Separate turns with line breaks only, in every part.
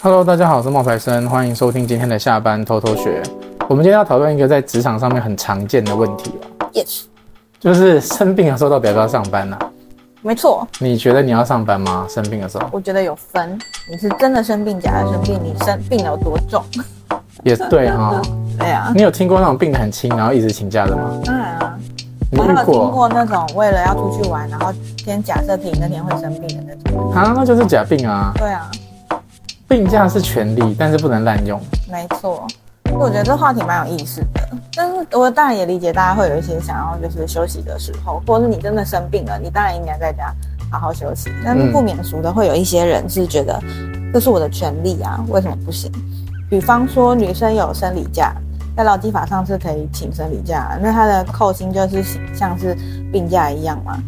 Hello，大家好，我是冒牌生，欢迎收听今天的下班偷偷学。我们今天要讨论一个在职场上面很常见的问题啊
Yes，
就是生病的时候到底要不要上班呢、
没错，
你觉得你要上班吗？生病的时候
我觉得有分，你是真的生病，假的生病，你生病有多重？
也对哈、
对啊，
你有听过那种病得很轻，然后一直请假的吗？
当然啊，
你
我还
遇
有听
过
过那种为了要出去玩，然后先假设自己那天会生病的那种。
啊？那就是假病啊！
对啊，
病假是权利，但是不能滥用。
没错，我觉得这话题蛮有意思的。但是我当然也理解大家会有一些想要就是休息的时候，或者是你真的生病了，你当然应该在家好好休息。但是不免俗的会有一些人是觉得这是我的权利啊，为什么不行？比方说女生有生理假，在劳基法上是可以请生理假，那她的扣薪就是像是病假一样嘛，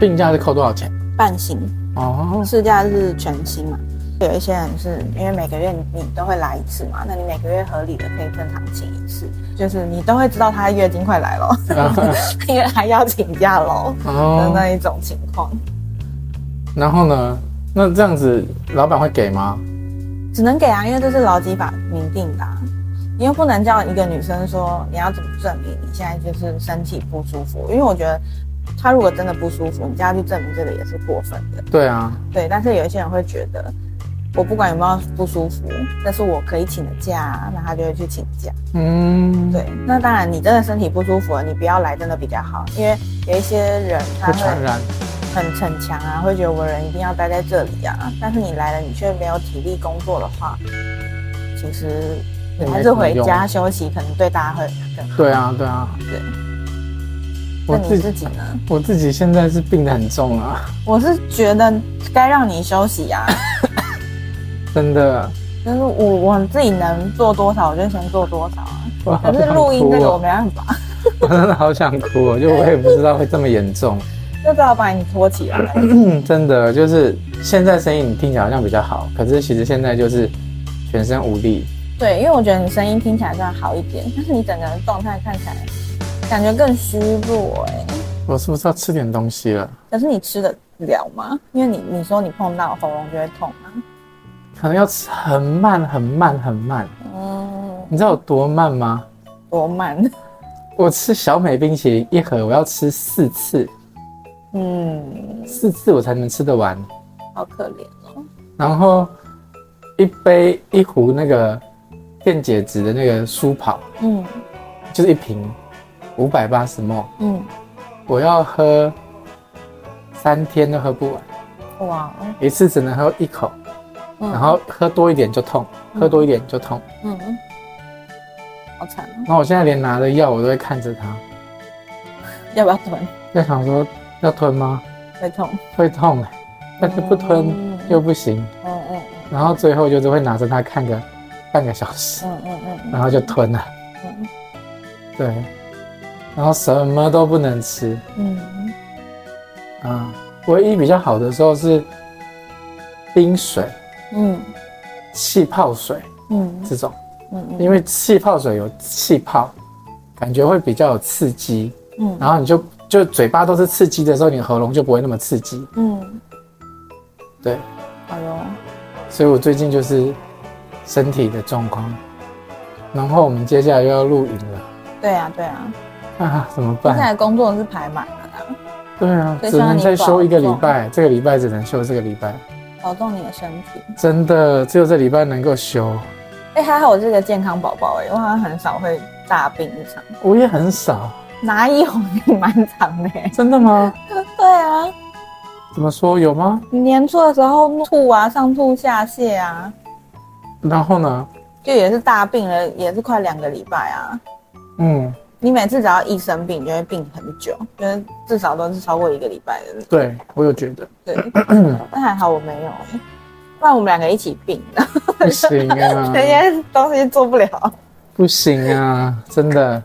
病假是扣多少钱？
半薪。
哦，
事假是全薪嘛，有一些人是因为每个月你都会来一次嘛，那你每个月合理的可以正常请一次，就是你都会知道他月经快来了，因为他要请假喽的
哦，
那一种情况，
然后呢？那这样子，老板会给吗？
只能给啊，因为这是劳基法明定的、啊。你又不能叫一个女生说你要怎么证明你现在就是身体不舒服，因为我觉得她如果真的不舒服，你叫她去证明这个也是过分的。
对啊，
对，但是有一些人会觉得，我不管有没有不舒服，但是我可以请的假啊，那他就会去请假。
嗯，
对，那当然，你真的身体不舒服了，你不要来，真的比较好，因为有一些人他
会
会
传染。
很逞强啊，会觉得我人一定要待在这里啊，但是你来了，你却没有体力工作的话，其实
也
你
没
还
什
是
么
回
用
家休息，可能对大家会更好。
对啊，对啊。
对，
我
那你
自
自
己
己呢？
我自己现在是病得很重啊，
我是觉得该让你休息啊。
真的。
就是我我自己能做多少，我就先做多少啊。
我
可
好
是
想
录音
哭
这个我
哦，
没办法，
我真的好想哭哦，就我也不知道会这么严重。
就只好把你拖起来。
嗯，真的就是现在声音你听起来好像比较好，可是其实现在就是全身无力。
对，因为我觉得你声音听起来算好一点，但是你整个人状态看起来感觉更虚弱哎、
我是不是要吃点东西了？
可是你吃得了吗？因为你你说你碰到喉咙就会痛嘛。
可能要吃很慢很慢很慢，
嗯，
你知道有多慢吗？
多慢？
我吃小美冰淇淋一盒，我要吃四次，
嗯，
四次我才能吃得完。
好可怜哦。
然后一杯一壶那个电解质的那个舒跑，
嗯
就是一瓶五百八十 ml，
嗯，
我要喝三天都喝不完，
哇哦，
一次只能喝一口，
嗯
然后喝多一点就痛，喝多一点就痛。
嗯，好惨哦，
然后我现在连拿着药我都会看着它，
要不要吞？
在想说要吞吗？
会痛。
会痛、欸，但是不吞
嗯
又不行。
嗯嗯
然后最后就是会拿着它看个半个小时，
嗯嗯嗯
然后就吞了。
嗯
对，然后什么都不能吃。
嗯
啊，唯一比较好的时候是冰水、
嗯
气泡水
嗯
这种，
嗯
因为气泡水有气泡，感觉会比较有刺激，
嗯
然后你就就嘴巴都是刺激的时候，你的喉咙就不会那么刺激。
嗯，
对，
好哟，
所以我最近就是身体的状况，然后我们接下来又要录影了
对啊对啊，
啊，怎么
接下
办？
来工作是排满了啦，
对啊，
所以
只
希望
能
你
再
保
休一个礼
重
拜，这个礼拜只能休这个礼拜，
保重你的身体。
真的只有这礼拜能够休，
哎、还好我是个健康宝宝哎，我好像很少会大病一场，
我也很少，
哪有你蛮长的 欸？
真的吗？
对啊，
怎么说有吗？
你年初的时候吐啊，上吐下泻啊，
然后呢？
就也是大病了，也是快两个礼拜啊。
嗯，
你每次只要一生病，就会病很久，就是至少都是超过一个礼拜的
对我有觉得
对，但还好我没有、欸，不然我们两个一起病 了，
不行啊，
人 家东西做不了。
不行啊，真的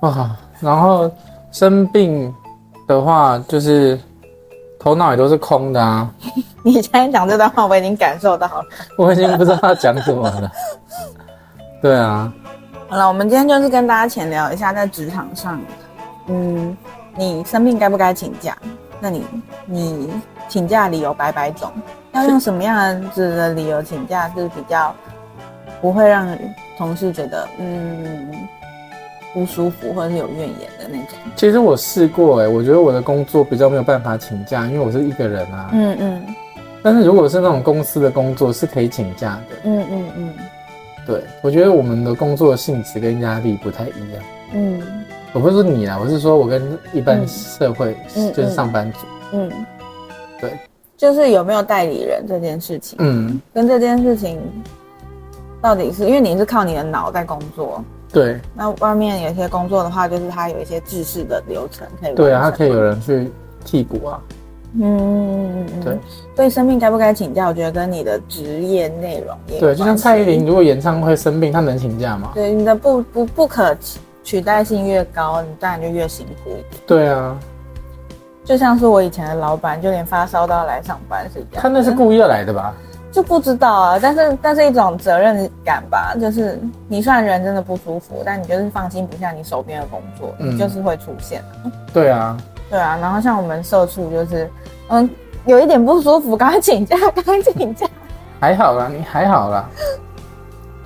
哇。然后生病的话，就是头脑也都是空的啊，
你现在讲这段话，我已经感受到了。
我已经不知道要讲什么了。 对啊，
好了，我们今天就是跟大家浅聊一下，在职场上，嗯，你生病该不该请假？那你你请假理由百百种，要用什么样子的理由请假是比较不会让同事觉得嗯不舒服或者是有怨言的那种？
其实我试过哎、我觉得我的工作比较没有办法请假，因为我是一个人啊。
嗯嗯
但是如果是那种公司的工作，是可以请假的。
嗯嗯嗯
对，我觉得我们的工作性质跟压力不太一样。
嗯
我不是说你啦，我是说我跟一般
嗯
社会、
嗯
就是
嗯
上班族，
嗯，
对，
就是有没有代理人这件事情，
嗯，
跟这件事情到底是因为你是靠你的脑在工作，
对
那外面有一些工作的话，就是它有一些制式的流程可以
对啊，
完
他
成
可以有人去替补啊，
嗯嗯嗯嗯，
对
嗯，所以生病该不该请假，我觉得跟你的职业内容也有
对，就像
关系
蔡依林，，如果演唱会生病，她能请假吗？
对你的不不不可取取代性越高，你当然就越辛苦一点。
对啊，
就像是我以前的老板，就连发烧都要来上班是一样的，
她那是故意要来的吧？
就不知道啊，但是但是一种责任感吧，就是你虽然人真的不舒服，但你就是放心不下你手边的工作，
嗯
你就是会出现啊。
对啊，
对啊，然后像我们社畜就是，嗯，有一点不舒服，赶快请假，赶快请假。
还好啦，你还好啦，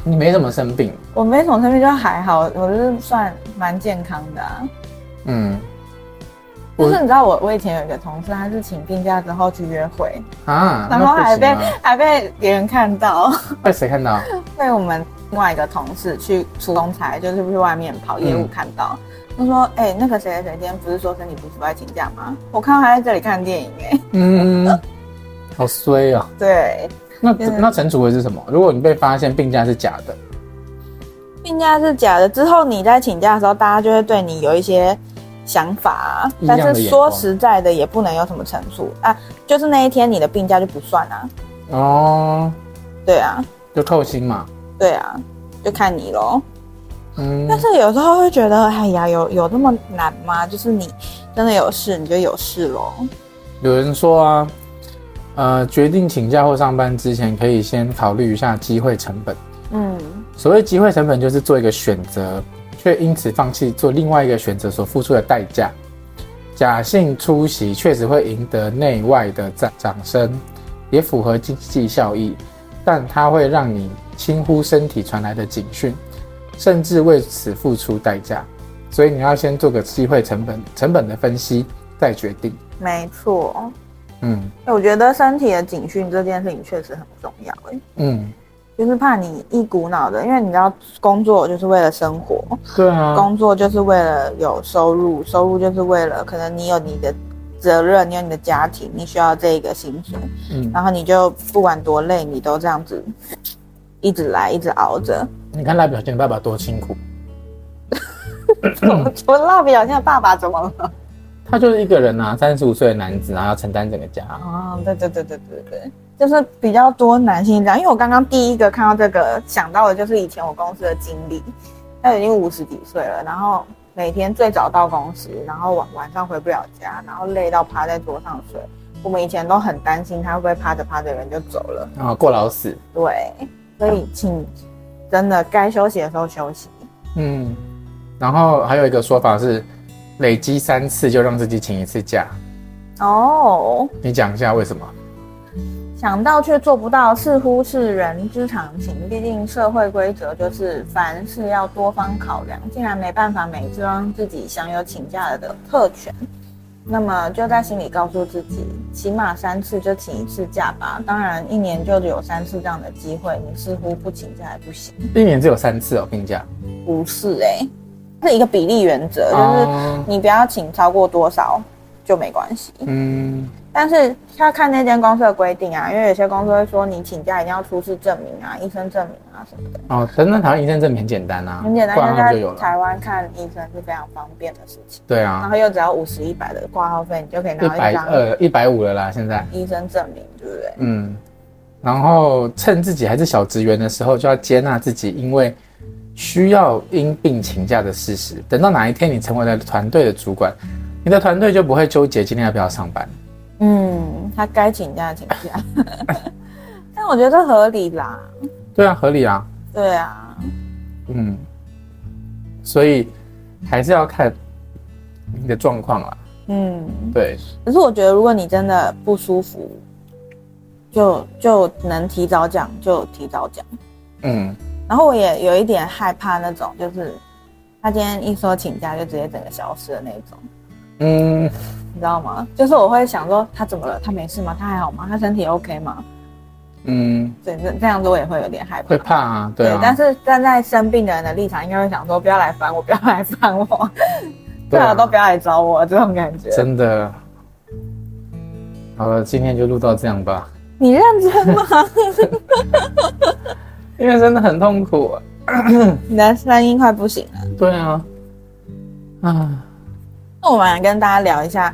你没怎么生病，
我没什么生病，就还好，我就是算蛮健康的、啊。
嗯，
就
我
是你知道我，我以前有一个同事，他是请病假之后去约会，
啊，
然后
那不
还
行
被、
啊
还被别人看到，
被谁看到？
被我们另外一个同事去出公差，就是去外面跑业务看到，他说：“哎、那个谁谁谁今天不是说身体不舒服要请假吗？我看到他在这里看电影、哎，
嗯，好衰哦。
对，
那
对
那陈楚维是什么？如果你被发现病假是假的，
病假是假的，之后你在请假的时候，大家就会对你有一些想法啊，
异样的
但是说实在的，也不能有什么陈述啊，就是那一天你的病假就不算啊，
哦，
对啊，
就扣薪嘛。
对啊，就看你喽。
嗯，
但是有时候会觉得，哎呀，有有那么难吗？就是你真的有事，你就有事喽。
有人说啊，呃，决定请假或上班之前，可以先考虑一下机会成本。
嗯
所谓机会成本，就是做一个选择，却因此放弃做另外一个选择所付出的代价。假性出席确实会赢得内外的掌掌声，也符合经济效益，但它会让你轻忽身体传来的警讯，甚至为此付出代价。所以你要先做个机会成本成本的分析，再决定。
没错。
嗯
我觉得身体的警讯这件事情确实很重要、欸，
嗯，
就是怕你一股脑的，因为你知道工作就是为了生活，
对啊，
工作就是为了有收入，收入就是为了可能你有你的责任，你有你的家庭，你需要这个薪水，
嗯，
然后你就不管多累，你都这样子一直来，一直熬着。
你看赖表现爸爸多辛苦，
我蜡笔小新的爸爸怎么了？
他就是一个人啊，三十五岁的男子，然后要承担整个家。
哦，对对对对对对，就是比较多男性这样，因为我刚刚第一个看到这个想到的就是以前我公司的经理，他已经五十几岁了，然后每天最早到公司，然后晚晚上回不了家，然后累到趴在桌上睡。我们以前都很担心他会不会趴着趴着人就走了，
然后过劳死。
对，所以请真的该休息的时候休息。
嗯，然后还有一个说法是，累积三次就让自己请一次假。
哦，
你讲一下为什么？
想到却做不到，似乎是人之常情。毕竟社会规则就是凡事要多方考量，竟然没办法每次让自己享有请假的特权，那么就在心里告诉自己，起码三次就请一次假吧。当然，一年就有三次这样的机会，你似乎不请假也不行。
一年只有三次哦，病假。
不是哎、是一个比例原则，就是
哦，
你不要请超过多少就没关系。
嗯，
但是要看那间公司的规定啊，因为有些公司会说你请假一定要出示证明啊、医生证明啊什么的，
哦，等等，台湾医生证明很简单啊，
很简单，
挂
因
号就
为
有
在
了。
台湾看医生是非常方便的事情，
对
然
啊，
后又只要五十一百的挂号费，你就可以
一
拿到
百
一张
二、一百五了啦，现在。
医生证明，对不对？
嗯，然后趁自己还是小职员的时候，就要接纳自己，因为需要因病请假的事实。等到哪一天你成为了团队的主管，你的团队就不会纠结今天要不要上班。
嗯，他该请假请假， 但我觉得合理啦，
对啊，合理啊。
对啊，
嗯，所以还是要看你的状况啦。啊
嗯，
对，
可是我觉得如果你真的不舒服，就就能提早讲就提早讲。
嗯，
然后我也有一点害怕那种，就是他今天一说请假就直接整个消失的那种，
嗯，
你知道吗？就是我会想说他怎么了？他没事吗？他还好吗？他身体 OK 吗？
嗯，
对，这这样子我也会有点害怕。
会怕啊，对
对
啊，
但是站在生病的人的立场，应该会想说不要来烦我，不要来烦我，最
对啊
好 都不要来找我这种感觉。
真的。好了，今天就录到这样吧，
你认真吗？
因为真的很痛苦、啊。
你的声音快不行了。
对啊，啊，
那我们来跟大家聊一下，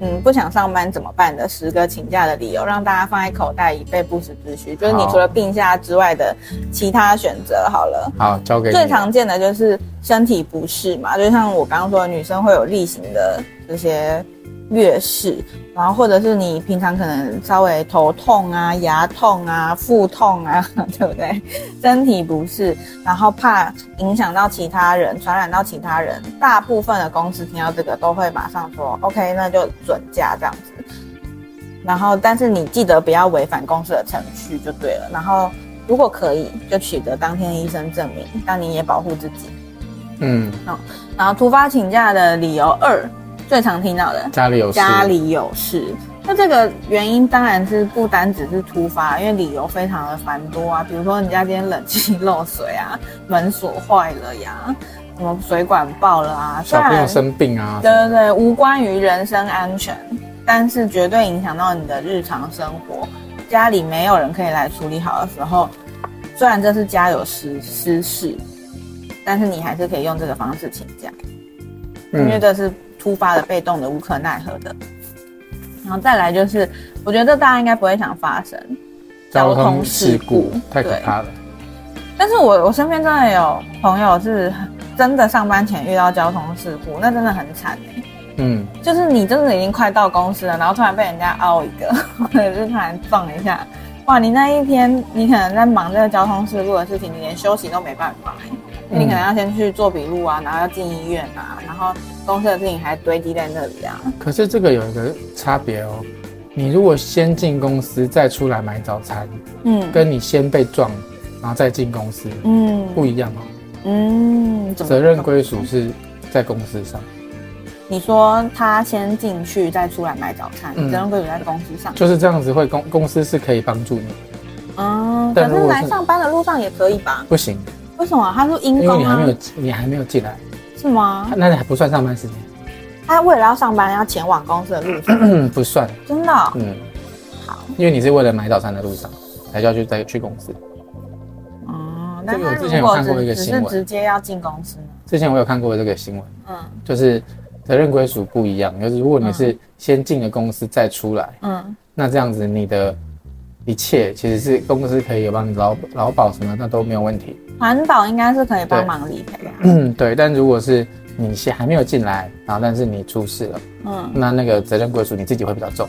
嗯，不想上班怎么办的十个请假的理由，让大家放在口袋以备不时之需。就是你
好
除了病假之外的其他选择好了。
好，交给你。
最常见的就是身体不适嘛，就像我刚刚说的，女生会有例行的这些月事，然后或者是你平常可能稍微头痛啊、牙痛啊、腹痛啊， 对不对？身体不适，然后怕影响到其他人、传染到其他人，大部分的公司听到这个都会马上说 OK，那就准假这样子。然后，但是你记得不要违反公司的程序就对了。然后，如果可以，就取得当天医生证明，但你也保护自己。
嗯，
然后，突发请假的理由二，最常听到的
家里有事，
家里有事。那这个原因当然是不单只是突发，因为理由非常的繁多啊，比如说你家今天冷气漏水啊，门锁坏了呀，什么水管爆了啊，
小朋
虽
友
然
生病啊，
对对对，无关于人身安全，但是绝对影响到你的日常生活。家里没有人可以来处理好的时候，虽然这是家有私私事，但是你还是可以用这个方式请假，因为
嗯
这是突发的、被动的、无可奈何的。然后再来就是，我觉得大家应该不会想发生，
交
交
通
通
事
事
故
故
太可怕了。
但是我我身边真的有朋友是真的上班前遇到交通事故，那真的很惨欸
嗯，
就是你真的已经快到公司了，然后突然被人家凹一个， 或者是突然撞一下，哇！你那一天你可能在忙这个交通事故的事情，你连休息都没办法、欸，
嗯
你可能要先去做笔录啊，然后要进医院啊，然后公司的事情还堆积在那里啊。
可是这个有一个差别哦，你如果先进公司再出来买早餐，
嗯
跟你先被撞然后再进公司
嗯
不一样哦，
嗯，怎么
责任归属是在公司上，
你说他先进去再出来买早餐，
嗯
责任归属在公司上。
就是这样子会公公司是可以帮助你，
嗯，可
但如
是
果
来
是
上班的路上也可以吧？
不行，
为什么？他说因
因为
公
你还
啊
没，有你还没有进来，
是吗？
那还不算上班时间，
他为了要上班要前往公司的路上。
嗯， 不算，
真的哦、
嗯，好，因为你是为了买早餐的路上才要去再去公司。
哦，
嗯这
那
个
他
我之前
如
有
果
看过一个
只只
新闻
是直接要进公司呢？
之前我有看过这个新闻，
嗯
就是责任归属不一样，就是如果你是先进了公司再出来，
嗯
那这样子你的一切其实是公司可以有帮你劳劳保什么的，那都没有问题。，
环保应该是可以帮忙理赔的。
嗯，对。但如果是你先还没有进来，然后但是你出事了，
嗯
那那个责任归属你自己会比较重。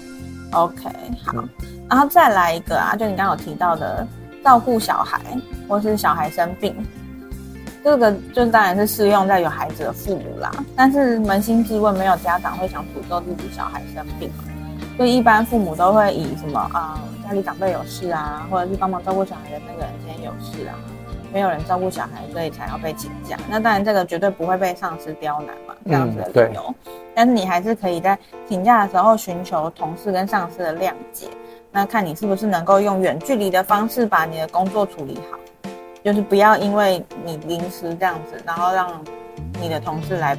，OK，好
嗯，
然后再来一个啊，就你刚刚有提到的照顾小孩或是小孩生病。这个就是当然是适用在有孩子的父母啦，但是扪心自问，没有家长会想诅咒自己小孩生病嘛，所以一般父母都会以什么啊、家里长辈有事啊，或者是帮忙照顾小孩的那个人今天有事啊，没有人照顾小孩，所以才要被请假。那当然，这个绝对不会被上司刁难嘛，这样子的理由。但是你还是可以在请假的时候寻求同事跟上司的谅解，那看你是不是能够用远距离的方式把你的工作处理好，就是不要因为你临时这样子，然后让你的同事来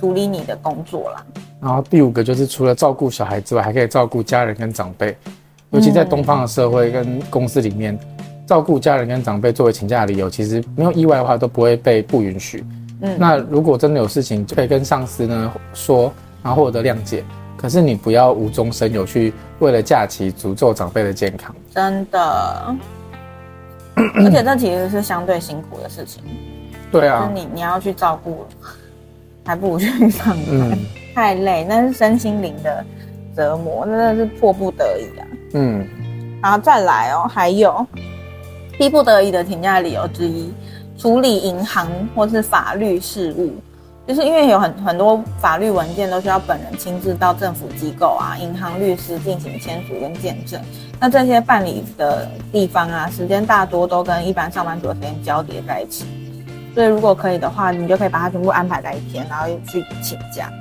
处理你的工作啦。
然后第五个就是除了照顾小孩之外，还可以照顾家人跟长辈，尤其在东方的社会跟公司里面，照顾家人跟长辈作为请假的理由，其实没有意外的话都不会被不允许。
嗯，
那如果真的有事情，就可以跟上司呢说，啊然后获得谅解。可是你不要无中生有去为了假期诅咒长辈的健康。
真的。而且这其实是相对辛苦的事情，
对
就是
啊，
你你要去照顾，还不如去上班，
嗯
太累，那是身心灵的折磨，那真的是迫不得已啊。
嗯，
然后再来哦，还有逼不得已的请假理由之一，处理银行或是法律事务。就是因为有很很多法律文件都需要本人亲自到政府机构啊、银行、律师进行签署跟见证。那这些办理的地方啊，时间大多都跟一般上班族的时间交叠在一起。所以如果可以的话，你就可以把它全部安排在一天，然后去请假。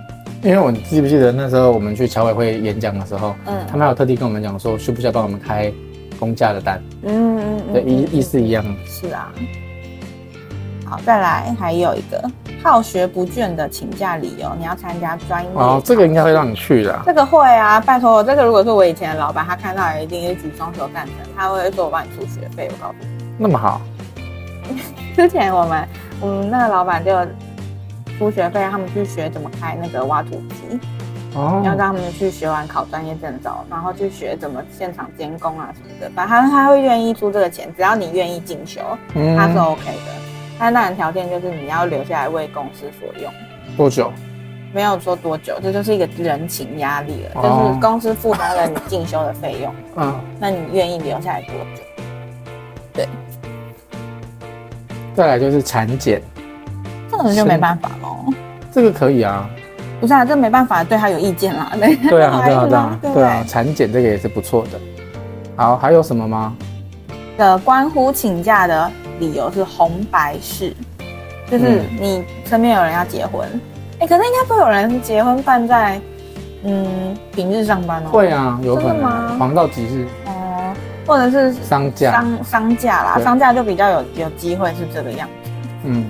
因为我记不记得那时候我们去侨委会演讲的时候，
嗯
他们还有特地跟我们讲说，需不需要帮我们开公假的单？
嗯嗯嗯
对，意意思一样。
是啊。好，再来还有一个好学不倦的请假理由，你要参加专业
哦，这个应该会让你去的啊。
这个会啊，拜托，这个如果是我以前的老板，他看到也一定是举双手赞成，他会说我帮你出学费。我告诉你，
那么好，
之前我们我们那个老板就出学费，让他们去学怎么开那个挖土机，要
哦，
让他们去学完考专业证照，然后去学怎么现场监工啊什么的。反正他会愿意出这个钱，只要你愿意进修，他是
嗯，
OK 的。但当然条件就是你要留下来为公司所用。
多久？
没有说多久，这就是一个人情压力了，就
哦
是公司负担了你进修的费用。
嗯，
那你愿意留下来多久？
再来就是产检，
这种就没办法喽。
这个可以 啊。
不是啊，这没办法，对他有意见啦。对
对 啊，对啊，对啊
啊，，对
对啊，产检这个也是不错的。好，还有什么吗？
的呃关乎请假的理由是红白事，就是
嗯
你身边有人要结婚，哎、可是应该不会有人结婚办在嗯平日上班哦。
会啊，有可
真的吗
能黄道吉日
哦、或者是
商家。
商商假啦，
对
商假就比较有有机会是这个样子。
嗯，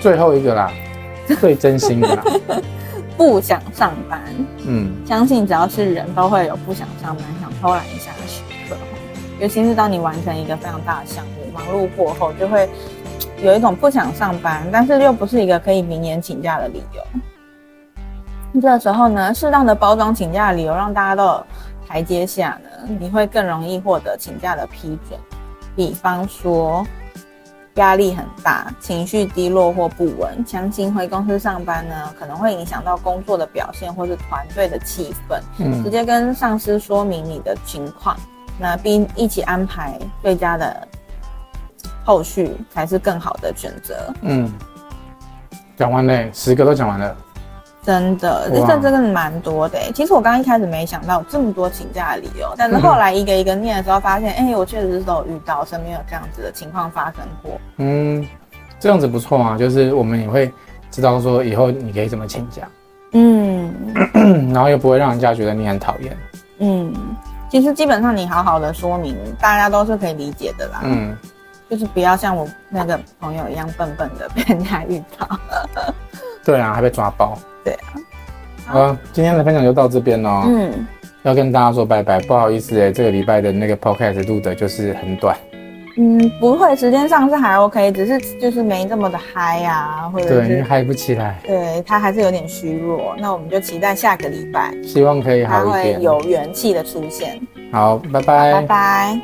最后一个 啦，最真心的啦。
不想上班，
嗯，
相信只要是人都会有不想上班、想偷懒一下的时刻，尤其是当你完成一个非常大的项目，忙碌过后就会嘖有一种不想上班，但是又不是一个可以明年请假的理由。这时候呢，适当的包装请假的理由，让大家都有台阶下呢，你会更容易获得请假的批准。比方说，压力很大、情绪低落或不稳，强行回公司上班呢，可能会影响到工作的表现或是团队的气氛。直
嗯，
接跟上司说明你的情况，那并一起安排最佳的后续才是更好的选择。
嗯，讲完嘞，十个都讲完了。
真的，这
哇
这真的蛮多的欸、其实我刚一开始没想到有这么多请假的理由，但是后来一个一个念的时候，发现，哎、我确实是都有遇到身边有这样子的情况发生过。
嗯，这样子不错啊，就是我们也会知道说以后你可以怎么请假，
嗯
然后又不会让人家觉得你很讨厌。
嗯，其实基本上你好好的说明，大家都是可以理解的啦。
嗯，
就是不要像我那个朋友一样笨笨的被人家遇
哦
到。
对啊，还被抓包。
对
啊。好了，今天的分享就到这边喽。
嗯。
要跟大家说拜拜，不好意思哎、这个礼拜的那个 podcast 录的就是很短。
嗯，不会，时间上是还 OK，只是就是没这么的嗨呀、或者
对，因为
是
嗨不起来，
对他还是有点虚弱。那我们就期待下个礼拜
希望可以
他
好一
会
点。
有元气的出现。
好，拜拜
拜拜。